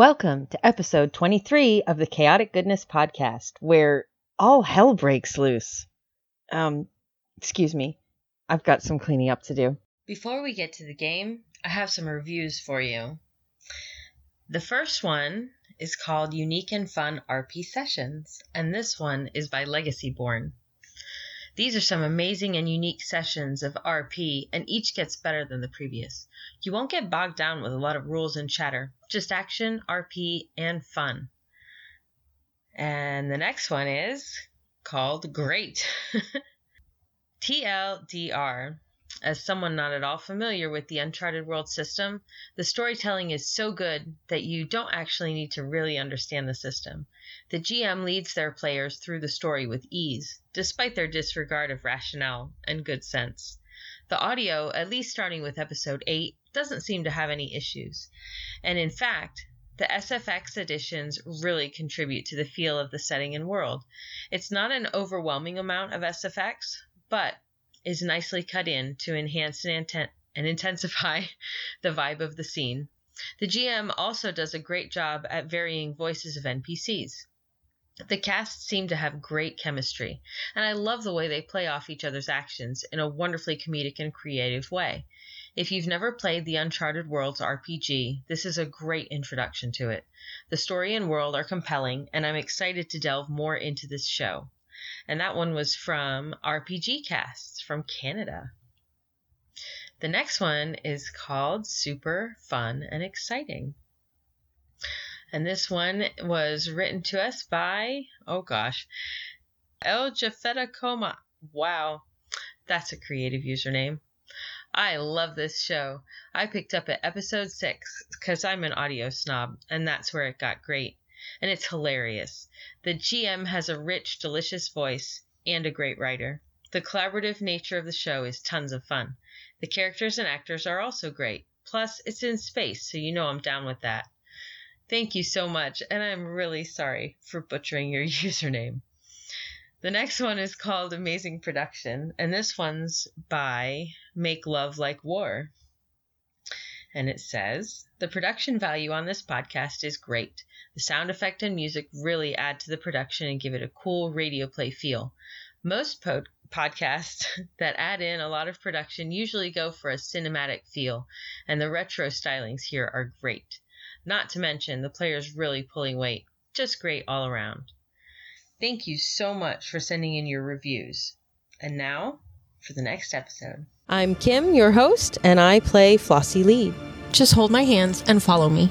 Welcome to episode 23 of the Chaotic Goodness Podcast, where all hell breaks loose. Um, excuse me, I've got some cleaning up to do. Before we get to the game, I have some reviews for you. The first one is called Unique and Fun RP Sessions, and this one is by Legacy Born. These are some amazing and unique sessions of RP, and each gets better than the previous. You won't get bogged down with a lot of rules and chatter, just action, RP, and fun. And the next one is called Great. TLDR. As someone not at all familiar with the Uncharted World system, the storytelling is so good that you don't actually need to really understand the system. The GM leads their players through the story with ease, despite their disregard of rationale and good sense. The audio, at least starting with episode 8, doesn't seem to have any issues. And in fact, the SFX editions really contribute to the feel of the setting and world. It's not an overwhelming amount of SFX, but is nicely cut in to enhance and, inten- and intensify the vibe of the scene. The GM also does a great job at varying voices of NPCs. The cast seem to have great chemistry, and I love the way they play off each other's actions in a wonderfully comedic and creative way. If you've never played the Uncharted Worlds RPG, this is a great introduction to it. The story and world are compelling, and I'm excited to delve more into this show. And that one was from RPG Casts from Canada. The next one is called Super Fun and Exciting. And this one was written to us by, oh gosh, El Jafeta Coma. Wow, that's a creative username. I love this show. I picked up at episode 6 because I'm an audio snob, and that's where it got great. And it's hilarious. The GM has a rich, delicious voice and a great writer. The collaborative nature of the show is tons of fun. The characters and actors are also great. Plus, it's in space, so you know I'm down with that. Thank you so much, and I'm really sorry for butchering your username. The next one is called Amazing Production, and this one's by Make Love Like War. And it says The production value on this podcast is great. The sound effect and music really add to the production and give it a cool radio play feel. Most pod- podcasts that add in a lot of production usually go for a cinematic feel, and the retro stylings here are great. Not to mention, the player's really pulling weight. Just great all around. Thank you so much for sending in your reviews. And now for the next episode. I'm Kim, your host, and I play Flossie Lee. Just hold my hands and follow me.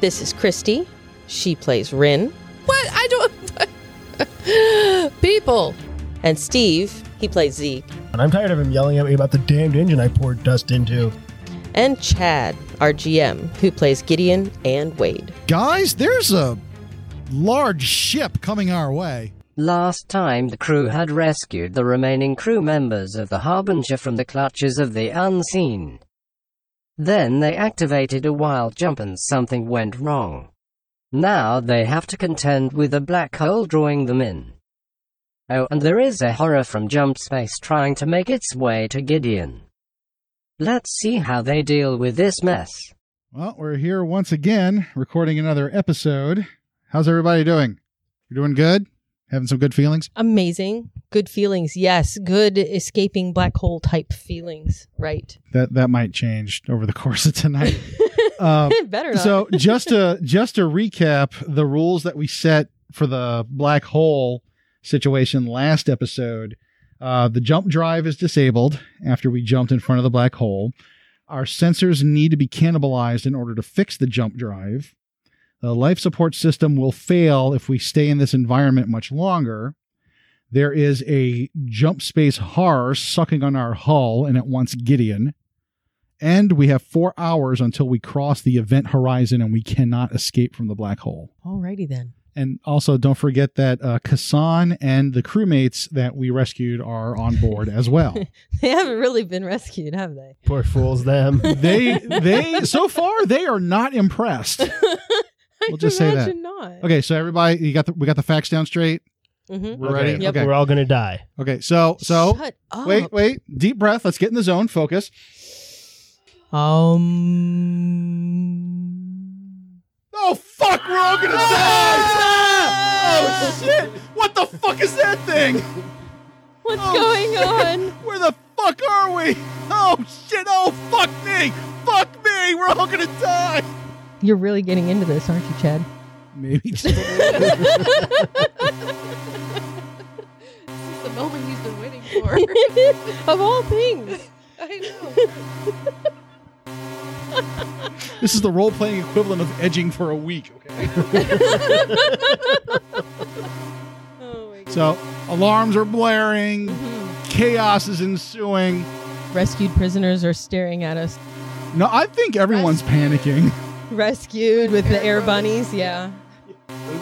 This is Christy. She plays Rin. What? I don't. People. And Steve, he plays Zeke. And I'm tired of him yelling at me about the damned engine I poured dust into. And Chad, our GM, who plays Gideon and Wade. Guys, there's a large ship coming our way. Last time, the crew had rescued the remaining crew members of the Harbinger from the clutches of the unseen. Then they activated a wild jump and something went wrong. Now they have to contend with a black hole drawing them in. Oh, and there is a horror from Jump Space trying to make its way to Gideon. Let's see how they deal with this mess. Well, we're here once again, recording another episode. How's everybody doing? You're doing good? Having some good feelings? Amazing. Good feelings. Yes. Good escaping black hole type feelings. Right. That that might change over the course of tonight. Uh, Better not. so just to just to recap the rules that we set for the black hole situation last episode uh, the jump drive is disabled after we jumped in front of the black hole our sensors need to be cannibalized in order to fix the jump drive the life support system will fail if we stay in this environment much longer there is a jump space horror sucking on our hull and it wants gideon and we have four hours until we cross the event horizon and we cannot escape from the black hole. Alrighty then. And also, don't forget that uh, Kassan and the crewmates that we rescued are on board as well. They haven't really been rescued, have they? Poor fools, them. they, they, so far, they are not impressed. I We'll just say that. imagine not. Okay, so everybody, you got the, we got the facts down straight. Mm-hmm. We're Okay, ready. Yep. Okay, We're all gonna die. okay. So, so Shut up. wait, wait. Deep breath. Let's get in the zone. Focus. Um. Oh, fuck, we're all gonna die! Oh shit! What the fuck is that thing? What's Oh, going shit. on? Where the fuck are we? Oh shit! Oh fuck me! Fuck me! We're all gonna die! You're really getting into this, aren't you, Chad? Maybe just This is the moment he's been waiting for. of all things. I know. this is the role playing equivalent of edging for a week. Okay. Oh my god. So alarms are blaring, Mm-hmm. Mhm. chaos is ensuing. Rescued prisoners are staring at us. No, I think everyone's panicking. Rescued with the air Air bunnies, yeah.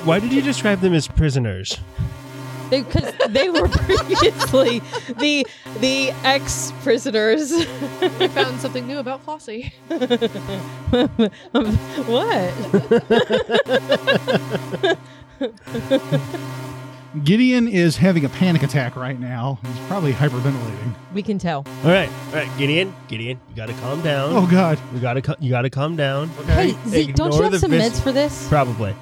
Why did you describe them as prisoners? Because they were previously the the ex prisoners. We found something new about Flossie. what? Gideon is having a panic attack right now. He's probably hyperventilating. We can tell. All right, all right, Gideon, Gideon, you gotta calm down. Oh god. You gotta, ca- you gotta calm down. Hey, Zeke, don't you Ignore have the some vis- meds for this? Probably.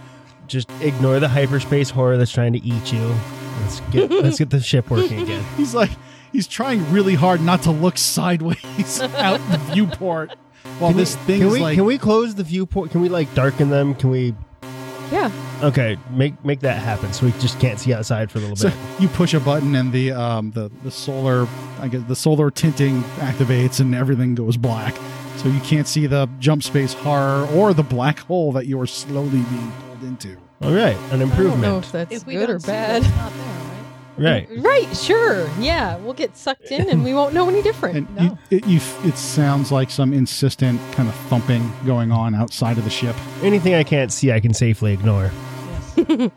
Just ignore the hyperspace horror that's trying to eat you. Let's get, let's get the ship working again. He's like he's trying really hard not to look sideways out the viewport while this we, thing can is we, like can we close the viewport? Can we like darken them? Can we? Yeah. Okay, make make that happen so we just can't see outside for a little so bit. you push a button and the um the, the solar I guess the solar tinting activates and everything goes black. So you can't see the jump space horror or the black hole that you are slowly being pulled into. All right, an I don't know if improvement. that's If we good don't or see bad. them, it's not there, right? Right. Right, sure. Yeah, we'll get sucked in and we won't know any different. And you, it, you f- it sounds like some insistent kind of thumping going on outside of the ship. Anything I can't see, I can safely ignore. Thumping.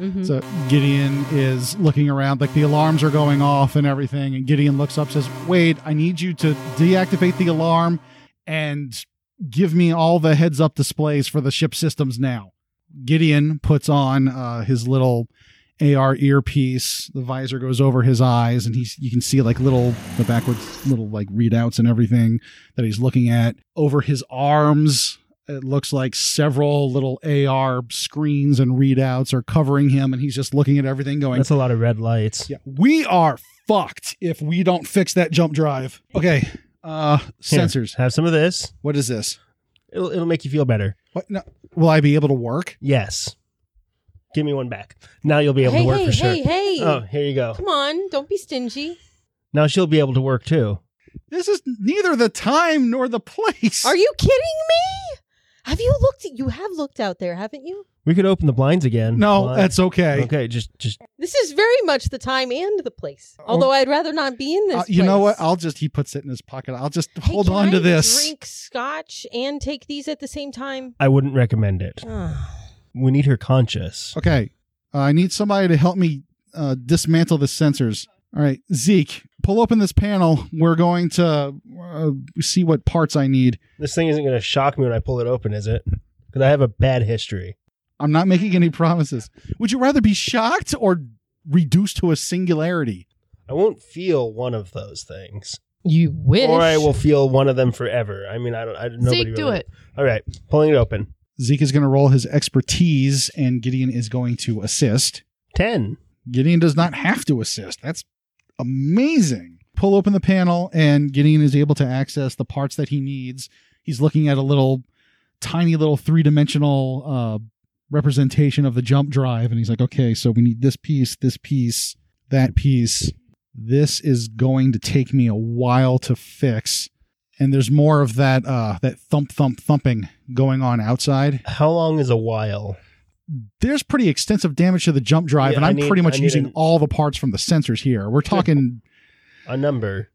Mm-hmm. Mhm. So Gideon is looking around, like the alarms are going off and everything. And Gideon looks up, says, Wade, I need you to deactivate the alarm and give me all the heads up displays for the ship systems now. Gideon puts on uh, his little AR earpiece. The visor goes over his eyes, and he's you can see like little the backwards little like readouts and everything that he's looking at over his arms it looks like several little AR screens and readouts are covering him, and he's just looking at everything going, That's a lot of red lights. Yeah, we are fucked if we don't fix that jump drive. Okay, uh, Here, sensors. Have some of this. What is this? It'll, it'll make you feel better. What? No, will I be able to work? Yes. Give me one back. Now you'll be able hey, to work hey, for sure. hey, hey. Oh, here you go. Come on, don't be stingy. Now she'll be able to work too. This is neither the time nor the place. Are you kidding me? Have you looked at you have looked out there, haven't you? We could open the blinds again. No, Blind- that's okay. okay. Just just This is very much the time and the place. Although I'd rather not be in this. Oh. Uh, you know what? place. I'll just he puts it in his pocket. I'll just Hey, hold can on I to this. Drink scotch and take these at the same time. I wouldn't recommend it. Ah. We need her conscious. Okay, uh, I need somebody to help me uh, dismantle the sensors. All right, Zeke, pull open this panel. We're going to uh, see what parts I need. This thing isn't going to shock me when I pull it open, is it? Because I have a bad history. I'm not making any promises. Would you rather be shocked or reduced to a singularity? I won't feel one of those things, You wish. or I will feel one of them forever. I mean, I don't. I, nobody Zeke, really do it. All right, pulling it open. Zeke is going to roll his expertise, and Gideon is going to assist. Ten. Gideon does not have to assist. That's amazing. Pull open the panel, and Gideon is able to access the parts that he needs. He's looking at a little, tiny little three dimensional uh, representation of the jump drive, and he's like, okay, so we need this piece, this piece, that piece. This is going to take me a while to fix. And there's more of that uh, that thump thump thumping going on outside. How long is a while? There's pretty extensive damage to the jump drive, Yeah, and I I'm need- pretty I much need using an- all the parts from the sensors here. We're talking A number.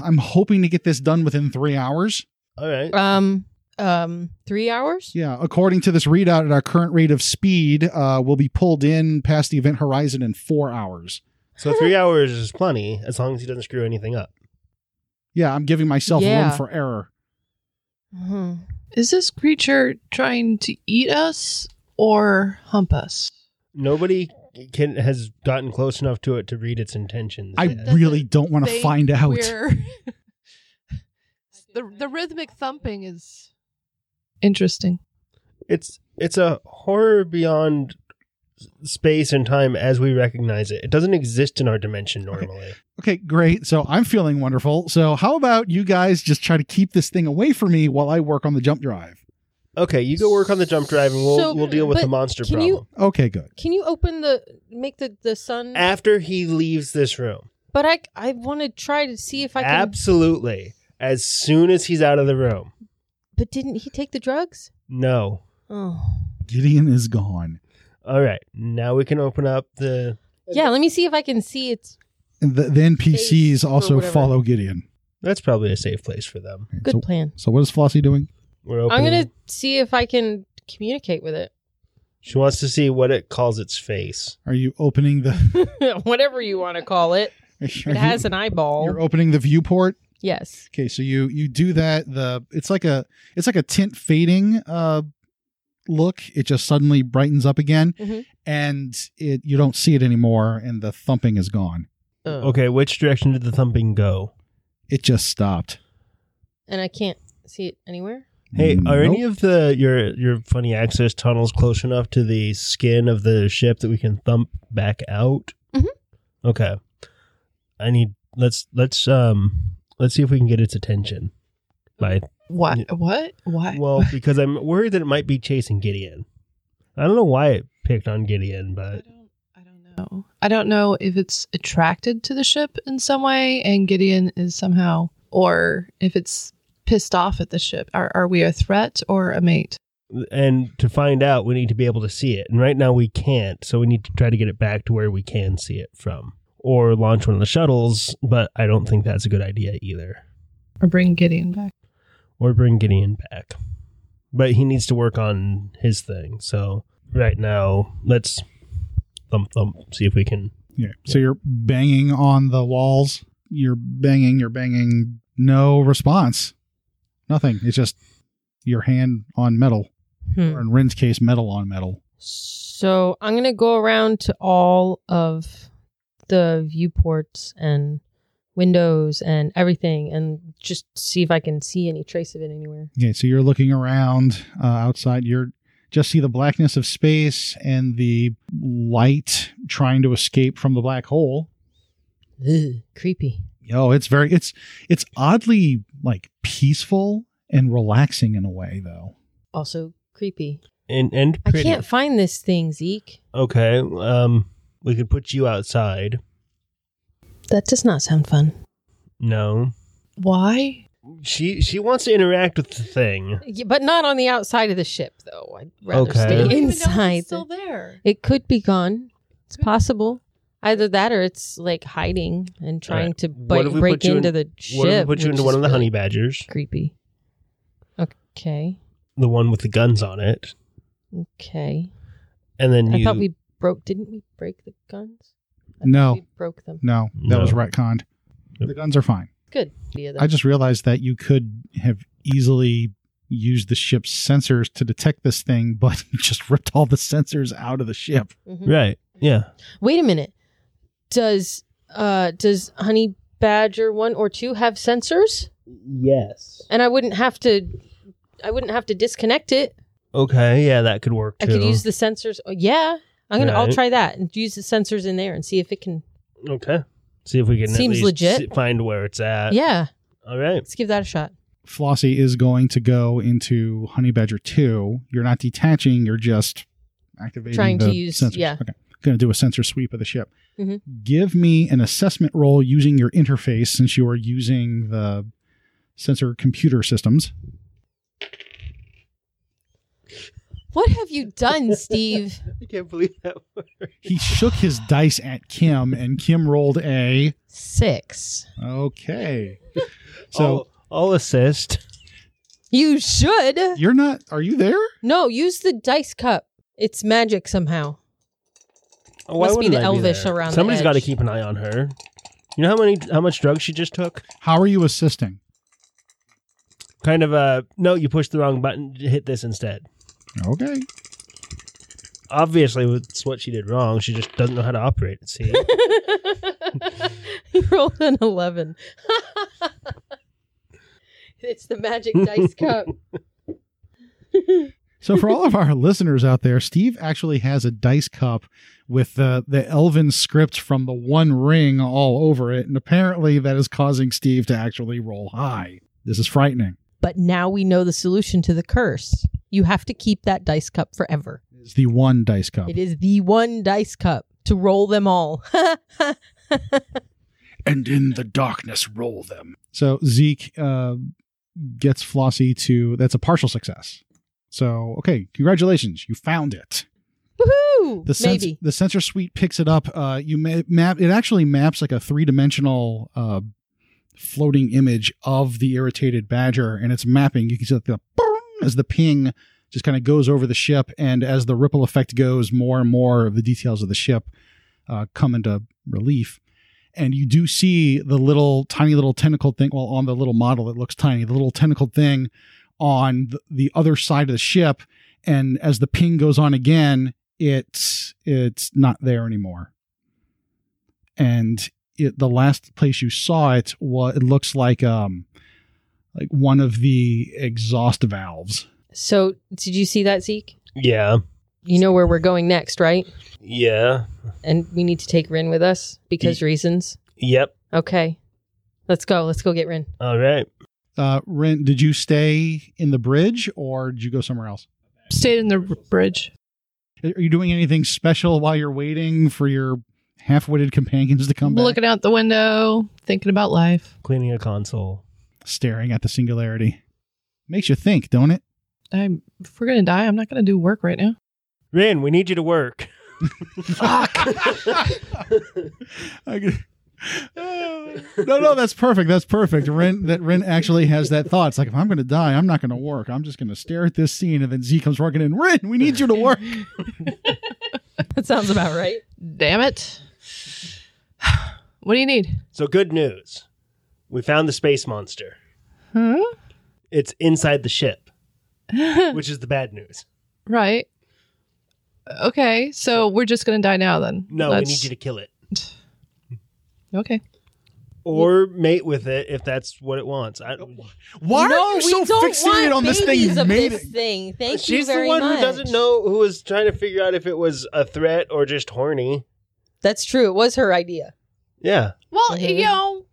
I'm hoping to get this done within three hours. All right. Um, um, three hours. Yeah, according to this readout, at our current rate of speed, uh, we'll be pulled in past the event horizon in four hours. So three hours is plenty as long as he doesn't screw anything up. Yeah, I'm giving myself Yeah. room for error. Mm-hmm. Hmm. Is this creature trying to eat us or hump us? Nobody can has gotten close enough to it to read its intentions. I yet. doesn't really don't want to They- find out. we're- the the rhythmic thumping is interesting. It's it's a horror beyond s- space and time as we recognize it. It doesn't exist in our dimension normally. Okay, great. So I'm feeling wonderful. So how about you guys just try to keep this thing away from me while I work on the jump drive? Okay, you go work on the jump drive, and we'll So, we'll deal with but the monster can problem you- Okay, good. Can you open the make the the sun? after he leaves this room. but I I want to try to see if I can. Absolutely, as soon as he's out of the room. but didn't he take the drugs? No. Oh. Gideon is gone. All right, now we can open up the Yeah, let me see if I can see it's And the, the NPCs Face or also whatever. follow Gideon. That's probably a safe place for them. Okay, good So, plan. so what is Flossie doing? We're opening. I'm gonna see if I can communicate with it. She wants to see what it calls its face. Are you opening the? Whatever you want to call it. Are It has you, an eyeball. you're opening the viewport. Yes. Okay, so you you do that. The it's like a it's like a tint fading uh look. It just suddenly brightens up again, Mhm. and it you don't see it anymore, and the thumping is gone. Oh. Okay, which direction did the thumping go? It just stopped. And I can't see it anywhere. Hey, are Nope. any of the your your funny access tunnels close enough to the skin of the ship that we can thump back out? Mhm. Okay. I need let's let's um let's see if we can get its attention. By What? What? What? well, because I'm worried that it might be chasing Gideon. I don't know why it picked on Gideon, I but don't- I don't know. I don't know if it's attracted to the ship in some way, and Gideon is somehow, or if it's pissed off at the ship. Are are we a threat or a mate? and to find out we need to be able to see it and right now we can't so we need to try to get it back to where we can see it from or launch one of the shuttles but i don't think that's a good idea either Or bring Gideon back? or bring gideon back but he needs to work on his thing so right now let's thump thump see if we can Yeah. So you're banging on the walls. You're banging. You're banging. No response. Nothing. It's just your hand on metal, Hmm. or in Rin's case, metal on metal. So I'm gonna go around to all of the viewports and windows and everything, and just see if I can see any trace of it anywhere. Okay, so you're looking around uh, outside. You're just see the blackness of space and the light trying to escape from the black hole. Ugh, creepy. Oh, it's very it's it's oddly like peaceful and relaxing in a way though. Also creepy. and and I pretty. can't find this thing, Zeke. okay um we could put you outside That does not sound fun. no Why? she she wants to interact with the thing Yeah, but not on the outside of the ship, though. I'd rather Okay. We stay don't even know if it's inside. still there. It could be gone. It's possible. Either that, or it's like hiding and trying Alright. to What bite, if we break put you in- into the ship. what if we put you which into one is of the really honey badgers Creepy. Okay. the one with the guns on it, Okay. and then I you. thought we broke. Didn't we break the guns? I thought No. we broke them. No, that No. was retconned. Yep. The guns are fine. Good. idea, though. I just realized that you could have easily used the ship's sensors to detect this thing, but you just ripped all the sensors out of the ship. Mhm. right. Yeah. Wait a minute. Does uh does honey badger one or two have sensors? Yes. And I wouldn't have to. I wouldn't have to disconnect it. Okay. Yeah, that could work I too. could use the sensors. Oh, yeah, I'm gonna. I'll Right. try that and use the sensors in there and see if it can. okay. See if we can at Seems least legit. s- find where it's at. yeah, All right. let's give that a shot. Flossie is going to go into Honey Badger 2. You're not detaching, you're just activating Trying to the use- sensors. yeah. Okay. Going to do a sensor sweep of the ship. Mhm. Give me an assessment roll using your interface since you are using the sensor computer systems. What have you done, Steve? I can't believe that. He shook his dice at Kim and Kim rolled a. Six. Okay. So So I'll, I'll assist. You should. you're not, are you there? No, use the dice cup. It's magic somehow. Oh, why Must be wouldn't the I elvish there? around the Somebody's got to edge. keep an eye on her. You know how many how much drugs she just took? How are you assisting? Kind of uh no, you pushed the wrong button. Hit this instead. Okay. Obviously, it's what she did wrong. She just doesn't know how to operate it. See, you rolled an eleven. it's the magic dice cup. So for all of our listeners out there, Steve actually has a dice cup with the the elven script from the One Ring all over it, and apparently that is causing Steve to actually roll high. This is frightening. But now we know the solution to the curse. You have to keep that dice cup forever. It's the one dice cup. It is the one dice cup to roll them all. and in the darkness roll them. So Zeke uh, gets Flossie to that's a partial success. So okay, congratulations, you found it. Woohoo! The sens- Maybe. the sensor suite picks it up. Uh, you ma- map it actually maps like a three dimensional uh, floating image of the irritated badger, and it's mapping. You can see like the boom as the ping just kind of goes over the ship, and as the ripple effect goes, more and more of the details of the ship uh, come into relief. And you do see the little tiny little tentacle thing. Well, on the little model, it looks tiny. The little tentacled thing on th- the other side of the ship, and as the ping goes on again, it's it's not there anymore. And it, the last place you saw it was it looks like um like one of the exhaust valves. So, did you see that, Zeke? Yeah. You know where we're going next, right? Yeah. And we need to take Rin with us because reasons. Yep. Okay. Let's go. Let's go get Rin. All right. Uh, Ren, did you stay in the bridge or did you go somewhere else? Stayed in the r- bridge. Are you doing anything special while you're waiting for your half-witted companions to come back? Looking out the window, thinking about life. Cleaning a console. staring at the singularity. Makes you think, don't it? I'm, if we're going to die, I'm not going to do work right now. Rin, we need you to work. I could- no, no, that's perfect. That's perfect. Ren that Ren actually has that thought. It's like if I'm going to die, I'm not going to work. I'm just going to stare at this scene, and then Z comes walking in. Ren, we need you to work. That sounds about right. Damn it. what do you need? So good news. We found the space monster. Huh? It's inside the ship, which is the bad news. Right. Okay, so we're just going to die now then. No, we need you to kill it. to. Okay. Or mate with it if that's what it wants. I, Why no, are you we so don't want fixated on this thing? babies You of made this it. thing. Thank you She's the very one much. who doesn't know who was trying to figure out if it was a threat or just horny. That's true. It was her idea. Yeah, Well, Mhm. you know,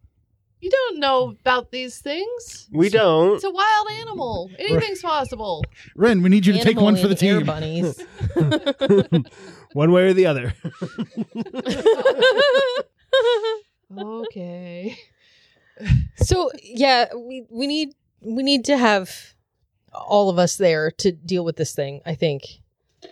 you don't know about these things. we don't. It's a wild animal. Anything's possible. Ren, we need you to take one for the Animal team. and air bunnies. one way or the other. Okay. so yeah, we we need we need to have all of us there to deal with this thing. I think,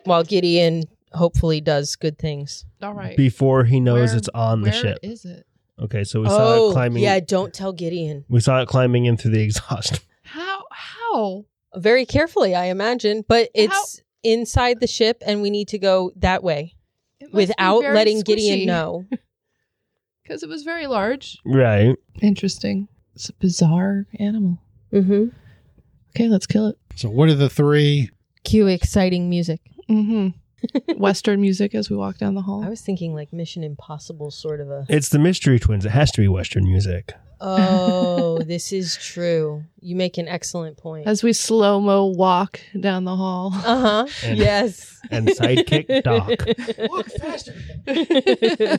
while Gideon hopefully does good things. All right. Before he knows Where- it's on the Where ship. is it? Okay, so we saw it climbing. Oh, yeah, don't tell Gideon. We saw it climbing in through the exhaust. How? How? Very carefully, I imagine, but it's How- inside the ship, and we need to go that way It must be without very letting squishy, Gideon know. Because it was very large. Right. Interesting. It's a bizarre animal. Mm-hmm. Okay, let's kill it. So, what are the three? Cue exciting music. Mm-hmm. Western music as we walk down the I hall. was thinking like Mission Impossible, sort of a. It's the Mystery Twins. It has to be Western music. Oh, this is true. You make an excellent point. As we slow mo walk down the hall. Uh huh. And- Yes. and sidekick Doc. Walk faster.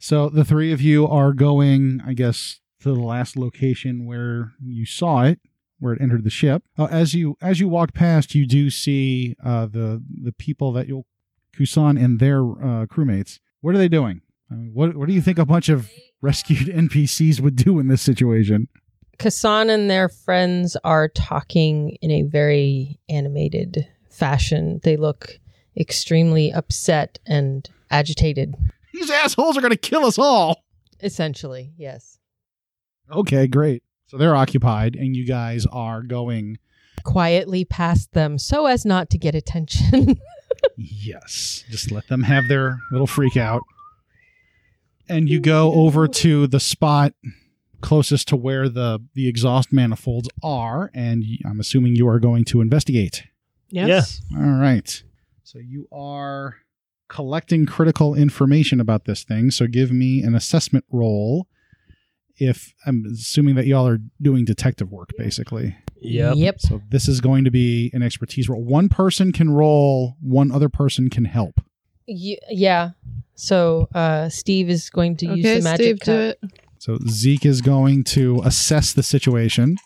So the three of you are going, I guess, to the last location where you saw it, where it entered the ship. Uh, as you as you walk past, you do see uh, the the people that you'll Kusan and their uh, crewmates. What are they doing? I mean, what what do you think a bunch of rescued NPCs would do in this situation? Kasan and their friends are talking in a very animated fashion. They look extremely upset and agitated. These assholes are going to kill us all. Essentially, yes. Okay, great. So they're occupied, and you guys are going. Quietly past them so as not to get attention. Yes. Just let them have their little freak out. And you go over to the spot closest to where the the exhaust manifolds are and y- I'm assuming you are going to investigate. Yes. All right. So you are collecting critical information about this thing, so give me an assessment roll. If I'm assuming that y'all are doing detective work basically. Yep. Yep. So this is going to be an expertise roll. One person can roll, one other person can help. Y- yeah. So uh, Steve is going to use Okay, the magic Steve, cup. do it. So Zeke is going to assess the situation.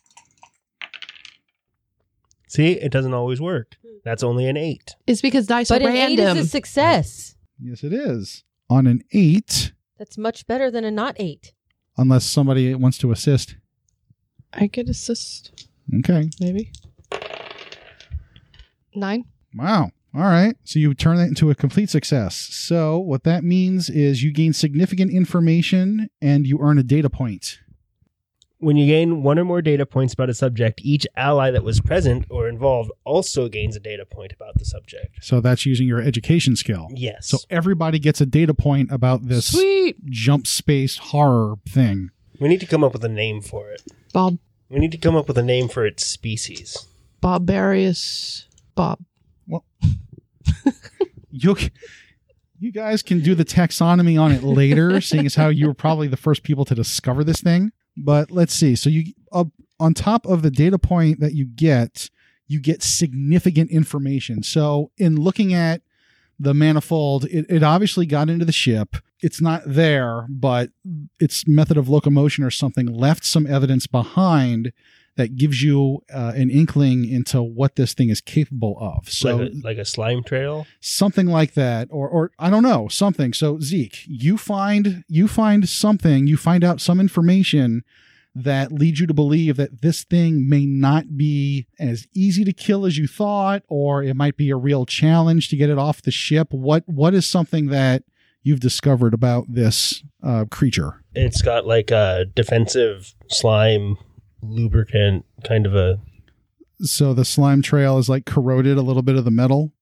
See, it doesn't always work. That's only an eight. It's because dice But are an eight random. is a success. Yes, it is. On an eight, That's much better than a not eight. unless somebody wants to assist. I could assist, Okay. maybe. Nine. Wow. All right. So you turn that into a complete success. So what that means is you gain significant information and you earn a data point. When you gain one or more data points about a subject, each ally that was present or involved also gains a data point about the subject. So that's using your education skill. Yes. So everybody gets a data point about this Sweet. jump space horror thing. we need to come up with a name for it. Bob. We need to come up with a name for its species. Barbarius. Bob. You you guys can do the taxonomy on it later, seeing as how you were probably the first people to discover this thing. But let's see. So you up on top of the data point that you get, you get significant information. So in looking at the manifold, it, it obviously got into the ship. It's not there, but its method of locomotion or something left some evidence behind that gives you uh, an inkling into what this thing is capable of. So like, a, like a slime trail. something like that or or I don't know something so Zeke you find you find something you find out some information that leads you to believe that this thing may not be as easy to kill as you thought or it might be a real challenge to get it off the ship what what is something that you've discovered about this uh, creature It's got like a defensive slime lubricant kind of a so the slime trail is like corroded a little bit of the metal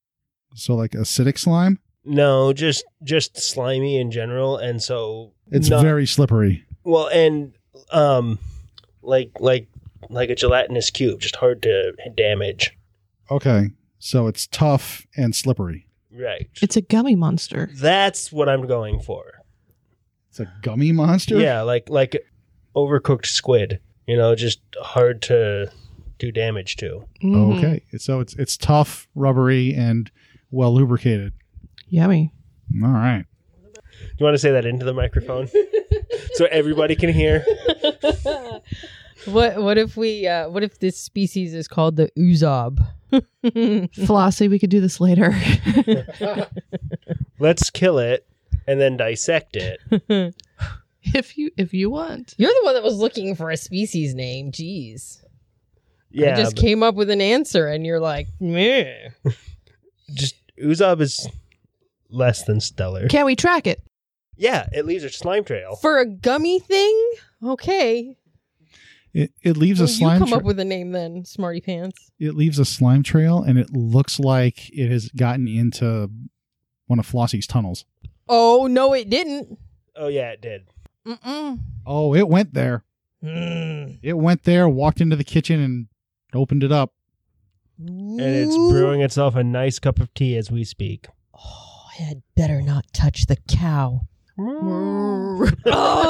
so like acidic slime no, just just slimy in general and so it's not- very slippery well and um like like like a gelatinous cube, just hard to damage. okay so it's tough and slippery Right. It's a gummy monster. That's what I'm going for. It's a gummy monster. Yeah, like like overcooked squid. You know, just hard to do damage to. Mhm. Okay. So it's it's tough, rubbery, and well lubricated. Yummy. All right. You want to say that into the microphone so everybody can hear? what What if we? Uh, what if this species is called the oozob? Flossie, we could do this later. Let's kill it and then dissect it. if you if you want. You're the one that was looking for a species name. Jeez. Yeah, I just but came up with an answer, and you're like, meh. just Uzab is less than stellar. Can we track it? Yeah, it leaves a slime trail. For a gummy thing? Okay. It, it leaves Well, a slime. you come tra- up with a name then, Smarty Pants. it leaves a slime trail, and it looks like it has gotten into one of Flossie's tunnels. Oh no, it didn't. Oh yeah, it did. Mm-mm. Oh, it went there. Mm. It went there, walked into the kitchen, and opened it up. And it's brewing itself a nice cup of tea as we speak. Oh, I had better not touch the cow. oh,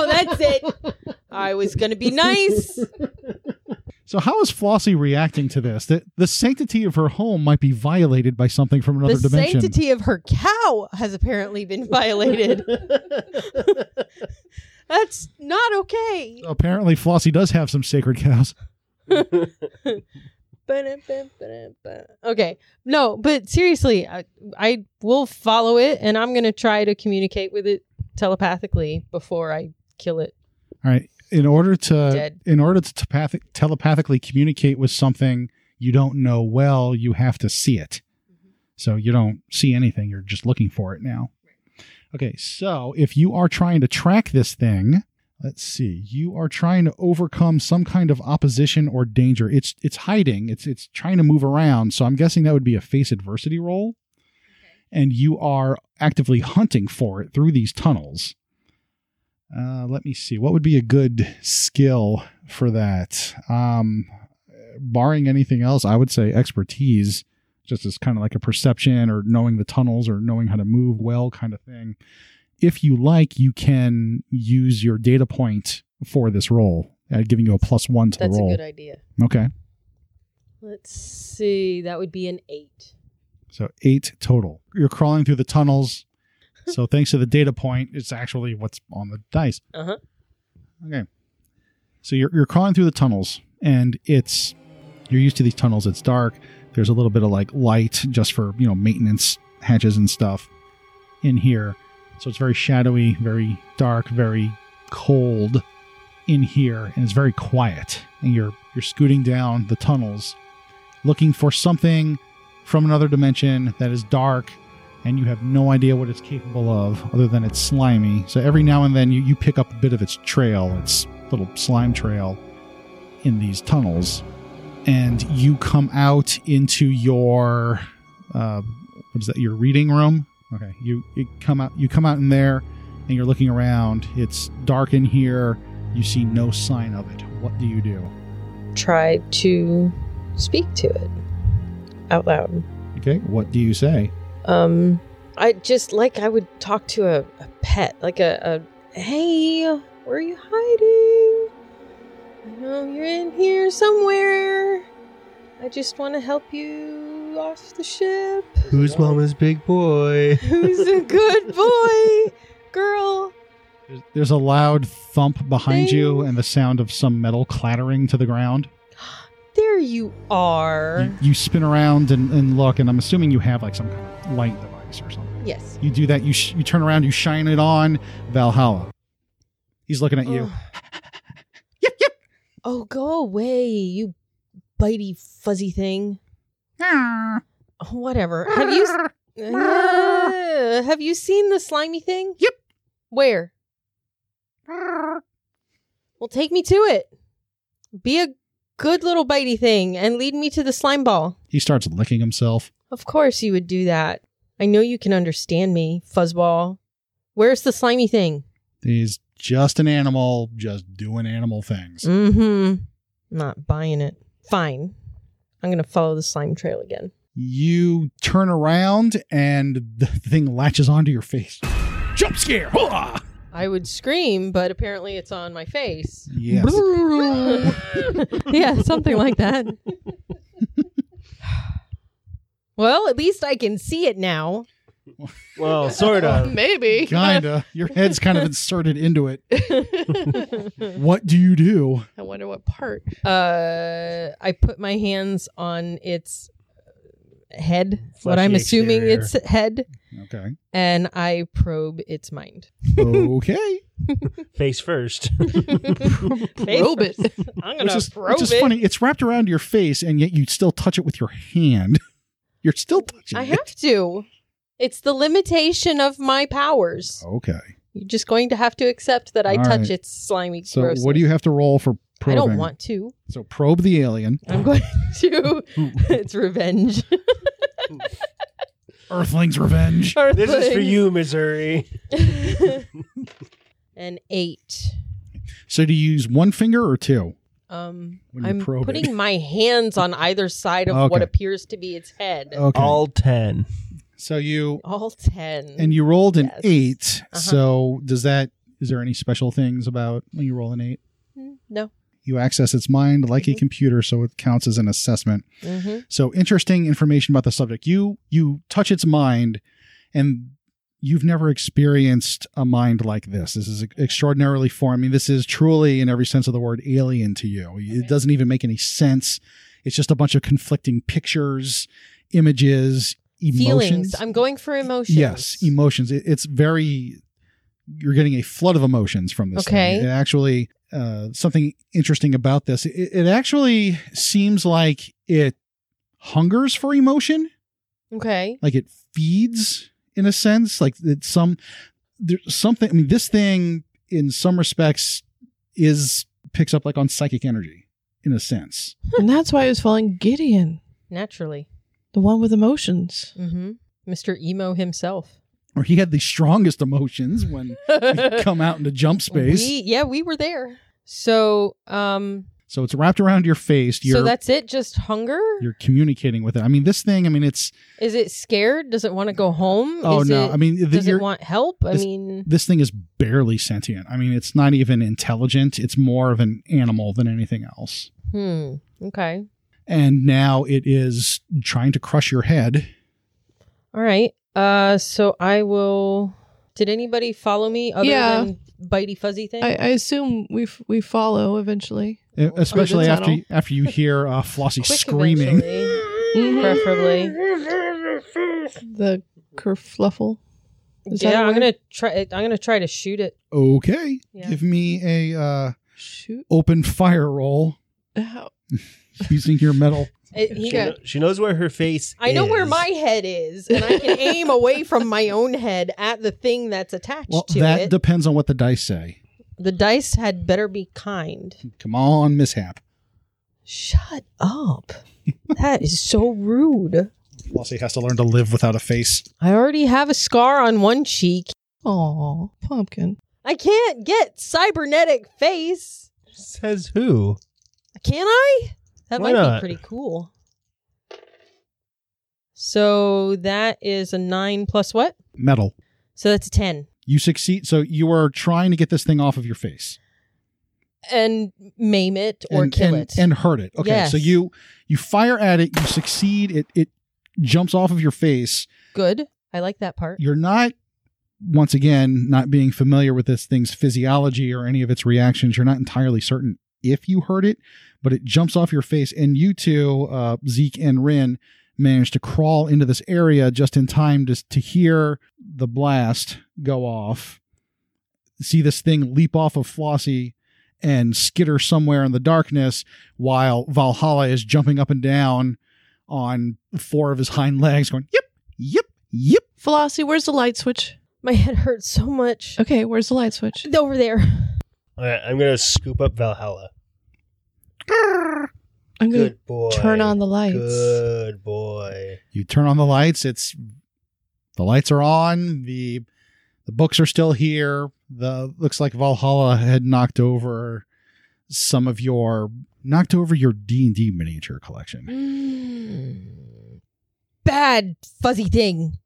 that's it. I was gonna be nice. So, how is Flossie reacting to this? That the sanctity of her home might be violated by something from another the dimension. sanctity of her cow has apparently been violated. that's not okay. Apparently, Flossie does have some sacred cows. Ba-da-ba-ba-da-ba. Okay. No, but seriously, I, I will follow it and I'm going to try to communicate with it telepathically before I kill it. All right. In order to Dead. in order to telepathic, telepathically communicate with something you don't know well, you have to see it. So you don't see anything; you're just looking for it now. Okay. So if you are trying to track this thing, let's see. You are trying to overcome some kind of opposition or danger. It's it's hiding. It's it's trying to move around. So I'm guessing that would be a face adversity roll. And you are actively hunting for it through these tunnels. Uh, let me see. What would be a good skill for that? Um, barring anything else, I would say expertise, just as kind of like a perception or knowing the tunnels or knowing how to move well kind of thing. If you like, you can use your data point for this roll, uh, giving you a plus one to That's the a roll. good idea. Okay. Let's see. That would be an eight. So eight total. You're crawling through the tunnels. so thanks to the data point, it's actually what's on the dice. Uh-huh. Okay. So you're you're crawling through the tunnels, and it's you're used to these tunnels. It's dark. There's a little bit of like light just for you know maintenance hatches and stuff in here. So it's very shadowy, very dark, very cold in here, and it's very quiet. And you're you're scooting down the tunnels, looking for something from another dimension that is dark and you have no idea what it's capable of other than it's slimy. So every now and then you, you pick up a bit of its trail, its little slime trail in these tunnels. And you come out into your uh, what is that, your reading room? Okay. You, you come out you come out in there and you're looking around. It's dark in here. You see no sign of it. What do you do? Try to speak to it out loud. Okay, what do you say? Um, I just like I would talk to a, a pet, like a, a hey, where are you hiding? I know you're in here somewhere. I just want to help you off the ship. Who's mama's big boy? Who's a good boy, girl? There's, there's a loud thump behind Ding. you and the sound of some metal clattering to the ground. There you are. You, you spin around and, and look, and I'm assuming you have like some kind of light device or something. Yes. You do that, you, sh- you turn around, you shine it on Valhalla. He's looking at you. Yep, yep. Oh, go away, you bitey fuzzy thing. Whatever. Have you s- Uh, have you seen the slimy thing? Yep. Where? Well, take me to it. Be a good little bitey thing and lead me to the slime ball. He starts licking himself. Of course you would do that. I know you can understand me, fuzzball. Where's the slimy thing? He's just an animal, just doing animal things. Mm-hmm. Not buying it. Fine. I'm gonna follow the slime trail again. You turn around and the thing latches onto your face. Jump scare! Hooah! I would scream, but apparently it's on my face. Yes. yeah, something like that. well, at least I can see it now. Well, sort of. Maybe. Kinda. Your head's kind of inserted into it. What do you do? I wonder what part. uh, I put my hands on its head, what I'm Fleshy assuming exterior. its head, Okay. and I probe its mind. Okay. Face first. Probe it. I'm which gonna is, probe which is it. funny. It's wrapped around your face, and yet you still touch it with your hand. You're still touching I it. have to. It's the limitation of my powers. Okay. You're just going to have to accept that I Oh. All touch right. its slimy. So grossness. what do you have to roll for I probing? don't want to. So probe the alien. I'm going to. it's revenge. Earthling's revenge. this is for you, Missouri. An eight. So do you use one finger or two? Um, When you're I'm probing. putting my hands on either side of what Okay. Oh. appears to be its head. Okay. All ten. so you All ten. and you rolled an Yes. 8 Uh-huh. So does that? Is there any special things about when you roll an eight? Mm, no. You access its mind like a Mhm. computer, so it counts as an assessment. hmm So interesting information about the subject. You you touch its mind, and you've never experienced a mind like this. This is extraordinarily foreign. I mean, this is truly, in every sense of the word, alien to you. It doesn't even make any sense. It's just a bunch of conflicting pictures, images, emotions. Feelings. I'm going for emotions. yes, emotions. It, it's very. You're getting a flood of emotions from this. thing. Okay. It actually, uh, something interesting about this. It, it actually seems like it hungers for emotion okay. like it feeds in a sense like it's some there's something i mean this thing in some respects is picks up like on psychic energy in a sense and that's why I was following Gideon, Naturally. the one with emotions. hmm Mr. Emo himself. or he had the strongest emotions when we come out into jump space We, yeah, we were there. So, um, so it's wrapped around your face you're so that's it. Just hunger. you're communicating with it i mean this thing i mean it's Is it scared? Does it want to go home? oh Is no it- i mean the, does it you're- want help? I this- mean, this thing is barely sentient i mean it's not even intelligent it's more of an animal than anything else hmm. Okay. and now it is trying to crush your head. All right. Uh, so I will. Did anybody follow me other Yeah. than bitey fuzzy thing? I, I assume we f- we follow eventually. Oh, Uh, Especially the after tunnel. after you hear uh, Flossie Quick screaming. eventually, Mm-hmm. preferably. The kerfluffle. Is that yeah, a I'm word? gonna try. I'm gonna try to shoot it. Okay, Yeah. give me a uh, shoot. open fire roll How- using your metal. It- he- She, kno- she knows where her face. I know where is. my head is, and I can aim away from my own head at the thing that's attached Well, to that it. depends on what the dice say. the dice had better be kind. Come on, mishap. Shut up. that is so rude. Flossie has to learn to live without a face. I already have a scar on one cheek. Aw, pumpkin. I can't get cybernetic face. Says who? Can I? That Why might not? be pretty cool. So that is a nine plus what? Metal. So that's a ten. You succeed. So you are trying to get this thing off of your face And maim it or and, kill and, it. and hurt it. Okay, Yes. so you you fire at it. You succeed. It it jumps off of your face. Good. I like that part. You're not once again not being familiar with this thing's physiology or any of its reactions. You're not entirely certain if you hurt it, but it jumps off your face, and you two, uh, Zeke and Rin, manage to crawl into this area just in time to to hear the blast go off. See this thing leap off of Flossie and skitter somewhere in the darkness while Valhalla is jumping up and down on four of his hind legs, going, Yep, yep, yep. Flossie, where's the light switch? My head hurts so much. Okay, where's the light switch? Over there. All right, I'm gonna scoop up Valhalla. I'm gonna. Good boy. turn on the lights. Good boy. you turn on the lights it's the lights are on the the books are still here the looks like valhalla had knocked over some of your knocked over your d&d miniature collection Mm. Bad fuzzy thing.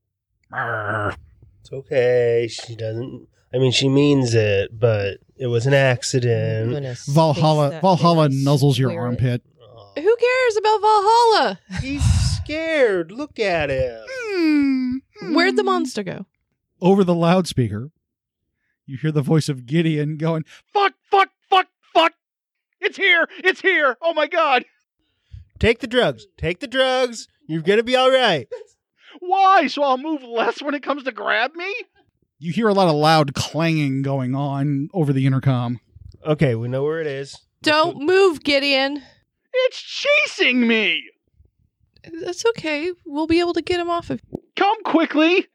It's okay. She doesn't. I mean, she means it, but it was an accident. valhalla valhalla nuzzles your armpit Aw. Who cares about Valhalla? He's scared. Look at him. Hmm. Where'd the monster go? Mm-hmm. over the loudspeaker you hear the voice of gideon going fuck fuck fuck fuck it's here it's here oh my god Take the drugs. Take the drugs. You're gonna be all right. why so i'll move less when it comes to grab me you hear a lot of loud clanging going on over the intercom Okay, we know where it is. Don't move, Gideon. It's chasing me! That's okay. We'll be able to get him off of. Come quickly!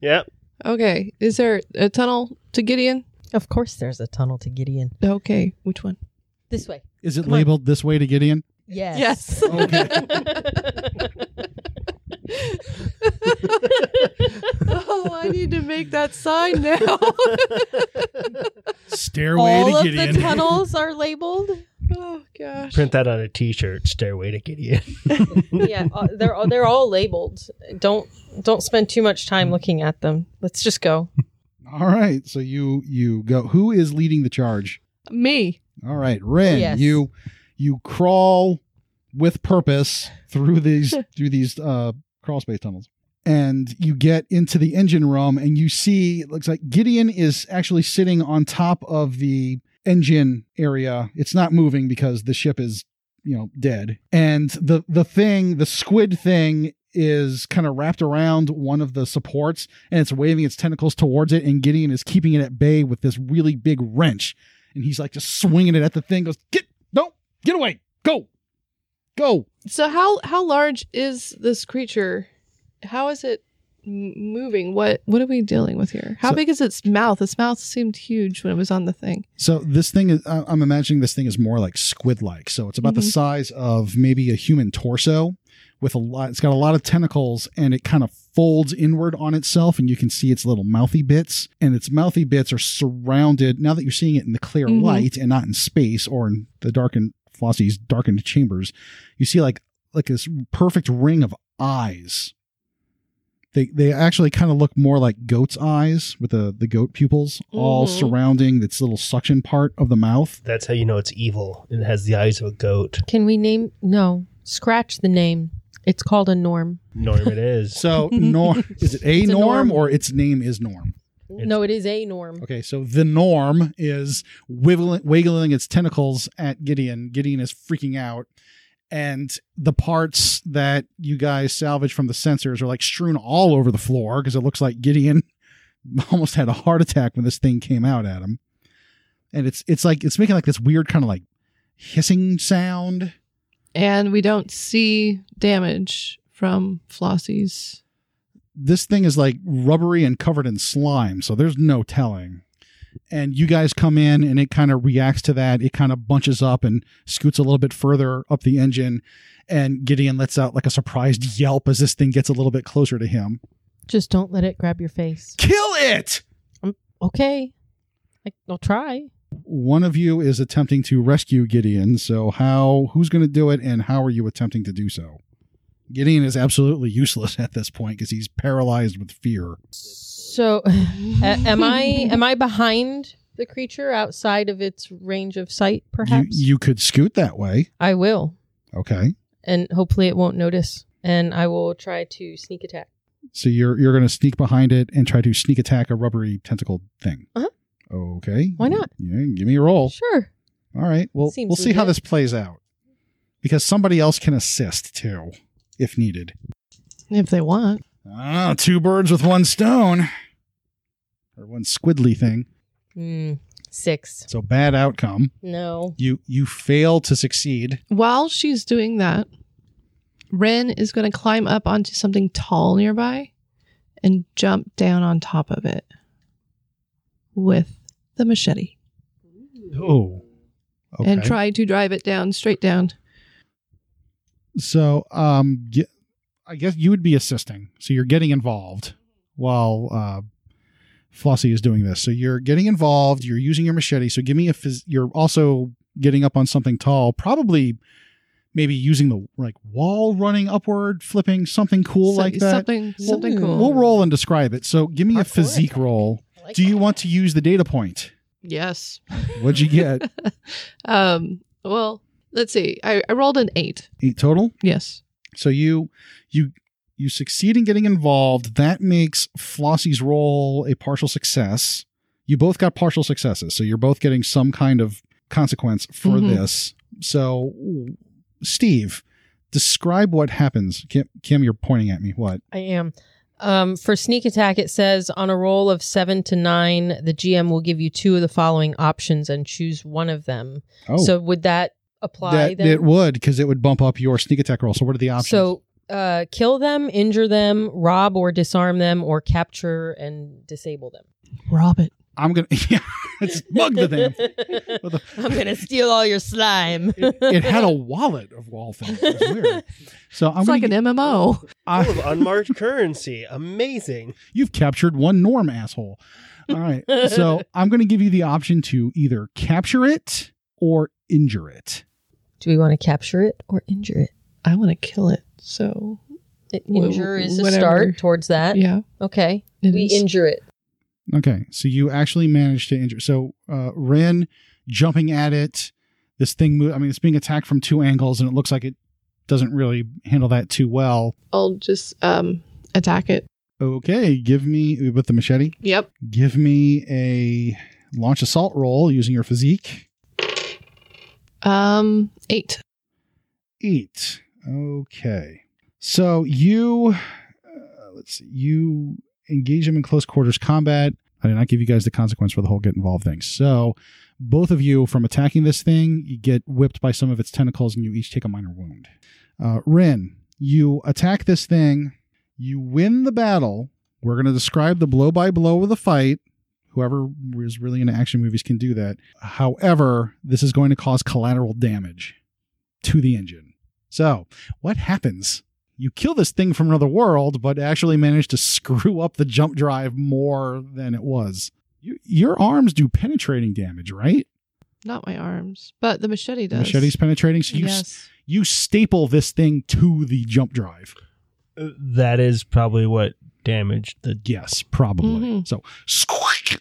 Yep. Okay, is there a tunnel to Gideon? Of course, there's a tunnel to Gideon. Okay, which one? This way. Is it Come on. labeled this way to Gideon? Yes. Yes. oh, I need to make that sign now. Stairway All to of Gideon. the tunnels are labeled. oh gosh. Print that on a T-shirt. Stairway to Gideon. yeah, uh, they're all, they're all labeled. Don't don't spend too much time looking at them. Let's just go. All right, so you you go. Who is leading the charge? Me. All right, Ren, Yes. you you crawl with purpose through these through these uh crawl space tunnels. And you get into the engine room and you see it looks like Gideon is actually sitting on top of the engine area. It's not moving because the ship is, you know, dead. And the the thing, the squid thing is kind of wrapped around one of the supports and it's waving its tentacles towards it and Gideon is keeping it at bay with this really big wrench and he's like just swinging it at the thing. Goes, get no, get away, go, go. So how how large is this creature? How is it m- moving? What what are we dealing with here? How So- big is its mouth? Its mouth seemed huge when it was on the thing. So this thing is, I- I'm imagining this thing is more like squid-like. So it's about the Mhm. size of maybe a human torso, with a lot. It's got a lot of tentacles, and it kind of folds inward on itself, and you can see its little mouthy bits. And its mouthy bits are surrounded. Now that you're seeing it in the clear Mhm. light and not in space or in the darkened Flossie's darkened chambers, you see like like this perfect ring of eyes. They they actually kind of look more like goat's eyes with the the goat pupils all Mhm. surrounding its little suction part of the mouth. That's how you know it's evil. It has the eyes of a goat. Can we name? No, Scratch the name. It's called a norm. Norm it is. So norm is it a It's a norm norm. or its name is norm? no, it is a norm. Okay, so the norm is wiggling, wiggling its tentacles at Gideon. Gideon is freaking out. And the parts that you guys salvage from the sensors are like strewn all over the floor because it looks like Gideon almost had a heart attack when this thing came out at him. And it's it's like it's making like this weird kind of like hissing sound. And we don't see damage from Flossie's. this thing is like rubbery and covered in slime, so there's no telling. And you guys come in and it kind of reacts to that. It kind of bunches up and scoots a little bit further up the engine. And Gideon lets out like a surprised yelp as this thing gets a little bit closer to him. Just don't let it grab your face. Kill it! Okay. Like, I'll try. One of you is attempting to rescue Gideon. So, how, who's going to do it and how are you attempting to do so? Gideon is absolutely useless at this point because he's paralyzed with fear. So, a- am I am I behind the creature outside of its range of sight? You, Perhaps you could scoot that way. I will, Okay. and hopefully it won't notice. And I will try to sneak attack. So you're you're going to sneak behind it and try to sneak attack a rubbery tentacle thing. Uh-huh. Okay. Why not? Yeah, give me a roll. Sure. All right. Well, Seems we'll see how legit. this plays out because somebody else can assist too if needed. If they want. Ah, two birds with one stone or one squiddly thing. Mm, six. So bad outcome. No. You you fail to succeed. While she's doing that, Ren is going to climb up onto something tall nearby and jump down on top of it with the machete Oh. Okay. and try to drive it down straight down. So, um, ge- I guess you would be assisting. So you're getting involved while uh, Flossie is doing this. So you're getting involved. You're using your machete. So give me a. Phys- you're also getting up on something tall. Probably, maybe using the like wall, running upward, flipping something cool So- like that. Something, something Ooh. cool. We'll roll and describe it. So give me a Parkour physique attack. roll. I like Do you that. want to use the data point? Yes. What'd you get? um, well, let's see. I, I rolled an eight. Eight total. Yes. So you you you succeed in getting involved. That makes Flossie's role a partial success. You both got partial successes, so you're both getting some kind of consequence for Mm-hmm. Mhm. this. So, Steve, describe what happens. Kim, Kim, you're pointing at me. What? I am. Um, for sneak attack, it says on a roll of seven to nine, the GM will give you two of the following options and choose one of them. Oh, So would that apply? that then? it would because it would bump up your sneak attack roll. So, what are the options? So uh, kill them, injure them, rob or disarm them, or capture and disable them. Rob it. I'm gonna yeah, it's mug the thing. What the- I'm gonna steal all your slime. It, it had a wallet of all things. It was weird. So I'm it's gonna like an get- MMO. I- Full of unmarked currency. Amazing. You've captured one norm, asshole. All right. So I'm going to give you the option to either capture it or injure it. Do we want to capture it or injure it? I want to kill it. So, It- Wh- Injure is a whatever. start towards that. yeah. Okay, it we is. injure it. Okay. So you actually managed to injure. So uh, Ren jumping at it. This thing, mo- I mean, it's being attacked from two angles, and it looks like it doesn't really handle that too well. I'll just um attack it. Okay. Give me, with the machete, Yep. give me a launch assault roll using your physique. Um, eight. eight. Okay. So you, uh, let's see, you engage him in close quarters combat. I did not give you guys the consequence for the whole get involved thing. So both of you, from attacking this thing, you get whipped by some of its tentacles and you each take a minor wound. Uh, Rin, you attack this thing, you win the battle. We're going to describe the blow by blow of the fight. Whoever is really into action movies can do that. However, this is going to cause collateral damage to the engine. So, what happens? You kill this thing from another world, but actually manage to screw up the jump drive more than it was. You, your arms do penetrating damage, right? Not my arms, but the machete does. Machete's penetrating, so you s- yes. you staple this thing to the jump drive. Uh, That is probably what damaged the. Mm-hmm. Yes, probably. Mhm. So, squeak.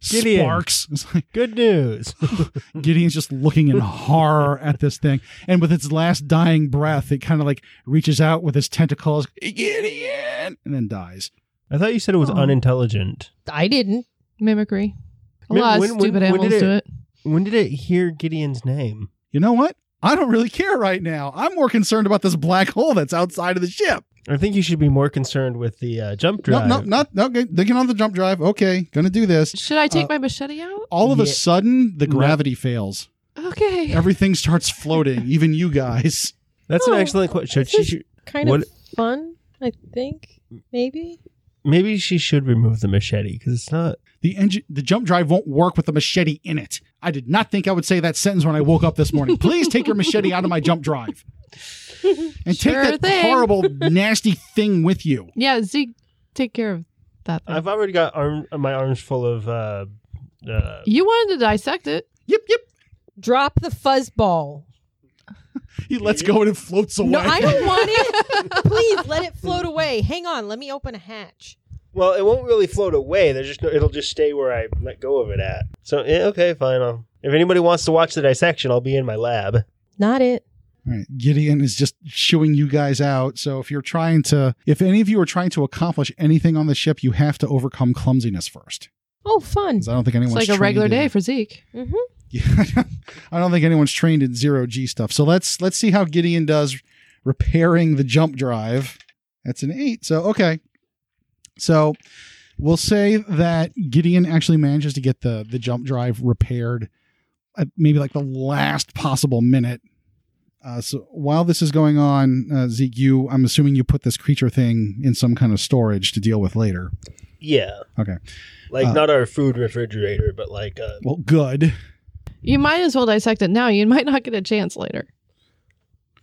Gideon. sparks. It's like, Good news. Gideon's just looking in horror at this thing. And with its last dying breath, it kind of like reaches out with its tentacles, Gideon, and then dies. I thought you said it was Oh. unintelligent. I didn't. Mimicry. A Mi- lot when- of when- stupid when did animals it- do it. When did it hear Gideon's name? You know what? I don't really care right now. I'm more concerned about this black hole that's outside of the ship. I think you should be more concerned with the uh, jump drive. No, no, not okay. They get on the jump drive. Okay, gonna do this. Should I take Uh, my machete out? All of a Yeah. sudden, the No. gravity fails. Okay. Everything starts floating, even you guys. That's Oh, an excellent question. this She is- should, Kind What- of fun, I think. Maybe. maybe she should remove the machete because it's not. The engine, the jump drive won't work with the machete in it. I did not think I would say that sentence when I woke up this morning. Please take your machete out of my jump drive, and take Sure that thing. horrible, nasty thing with you. yeah, Zeke, take care of that. Thing. I've already got arm, my arms full of. Uh, uh, You wanted to dissect it. Yep, yep. Drop the fuzz ball. He lets go and it floats away. No, I don't want it. Please let it float away. Hang on, let me open a hatch. well, it won't really float away. There's just no, it'll just stay where I let go of it at. So yeah, okay, fine. I'll, if anybody wants to watch the dissection, I'll be in my lab. Not it. All right. Gideon is just shooing you guys out. So if you're trying to, if any of you are trying to accomplish anything on the ship, you have to overcome clumsiness first. Oh, fun. 'Cause I don't think It's anyone's like a trained regular in- day for Zeke. Mm-hmm. Yeah, I don't think anyone's trained in zero G stuff. So let's let's see how Gideon does repairing the jump drive. That's an eight. So okay. So we'll say that Gideon actually manages to get the the jump drive repaired at maybe like the last possible minute. Uh, so while this is going on, uh, Zeke, you I'm assuming you put this creature thing in some kind of storage to deal with later. Yeah. Okay. Like Uh, not our food refrigerator, but like uh, Well, good. You might as well dissect it now. You might not get a chance later.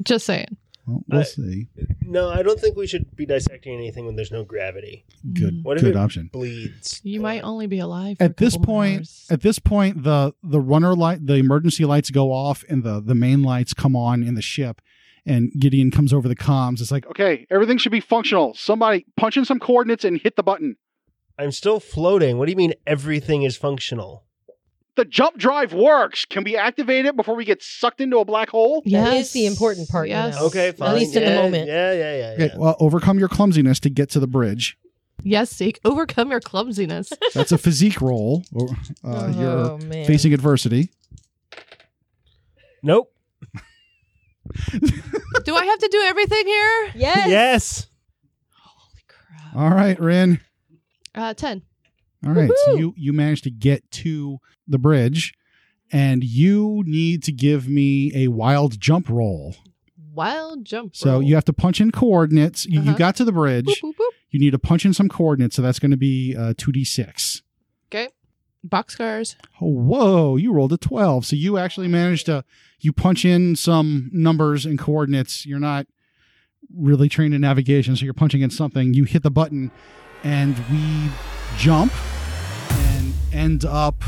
Just saying. Well, we'll I- see. no, I don't think we should be dissecting anything when there's no gravity. Good. What if good it option. bleeds? You or- might only be alive for a at this couple more point hours. at this point the the runner light the emergency lights go off and the the main lights come on in the ship and gideon comes over the comms it's like okay everything should be functional somebody punch in some coordinates and hit the button I'm still floating. What do you mean everything is functional? the jump drive works can we activate it before we get sucked into a black hole That is the important part, you know. Okay, fine. least in the yeah, moment. Yeah, yeah, yeah. yeah. okay well overcome your clumsiness to get to the bridge Yes, Zeke. Overcome your clumsiness. that's a physique roll or Uh-huh. uh, you're Oh, man. facing adversity nope. do I have to do everything here? Yes. Yes. Holy crap. all right rin Uh, ten. All right, so Woohoo! you you managed to get to the bridge, and you need to give me a wild jump roll. Wild jump. So you have to punch in coordinates. You, you Uh-huh. got to the bridge. Boop, boop, boop. You need to punch in some coordinates. So that's going to be uh, two d six. Boxcars. Oh, whoa! You rolled a twelve, so you actually managed to you punch in some numbers and coordinates. You're not really trained in navigation, so you're punching in something. You hit the button, and we jump and end up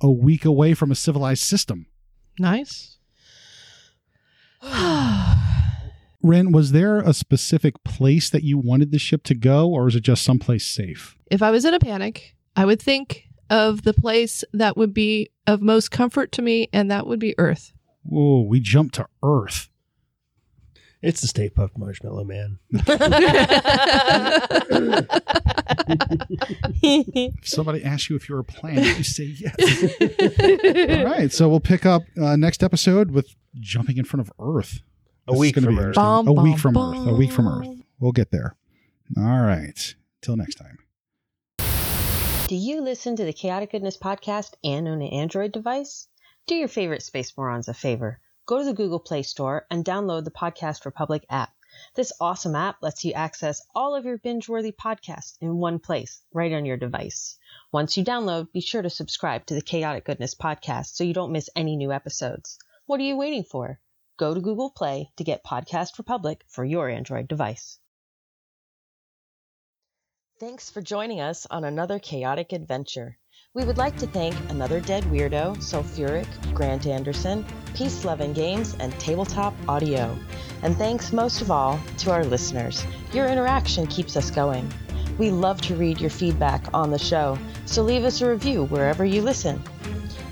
a week away from a civilized system. Nice. Ren, was there a specific place that you wanted the ship to go, or is it just someplace safe? if I was in a panic, I would think of the place that would be of most comfort to me, and that would be Earth. Whoa, we jumped to Earth. It's the Stay Puft Marshmallow Man. If somebody asks you if you're a planet, you say yes. All right, so we'll pick up uh, next episode with jumping in front of Earth. A This is week gonna from be Earth. interesting. Bum, a week bum, from Earth. A week from bum. Earth. We'll get there. All right. Till next time. Do you listen to the Chaotic Goodness podcast and own an Android device? Do your favorite space morons a favor. Go to the Google Play Store and download the Podcast Republic app. This awesome app lets you access all of your binge worthy podcasts in one place, right on your device. Once you download, be sure to subscribe to the Chaotic Goodness podcast so you don't miss any new episodes. What are you waiting for? Go to Google Play to get Podcast Republic for your Android device. Thanks for joining us on another chaotic adventure. We would like to thank Another Dead Weirdo, Sulfuric, Grant Anderson, Peace Loving Games, and Tabletop Audio. And thanks most of all to our listeners. Your interaction keeps us going. We love to read your feedback on the show, so leave us a review wherever you listen.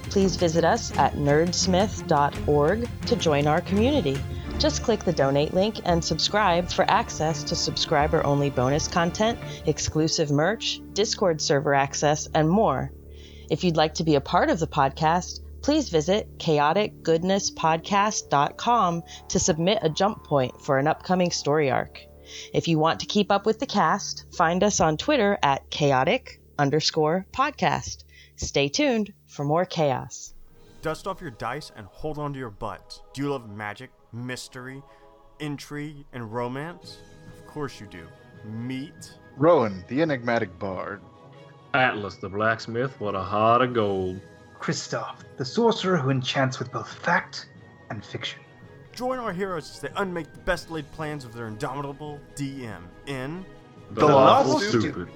Please visit us at nerdsmith.org to join our community. Just click the donate link and subscribe for access to subscriber only bonus content, exclusive merch, Discord server access, and more. If you'd like to be a part of the podcast, please visit chaoticgoodnesspodcast.com to submit a jump point for an upcoming story arc. If you want to keep up with the cast, find us on Twitter at chaotic underscore podcast. Stay tuned for more chaos. Dust off your dice and hold on to your butts. Do you love magic, mystery, intrigue, and romance? Of course you do. Meet. Rowan, the enigmatic bard. Atlas, the blacksmith, what a heart of gold. Kristoff, the sorcerer who enchants with both fact and fiction. Join our heroes as they unmake the best laid plans of their indomitable DM in The, Lawful Stupid.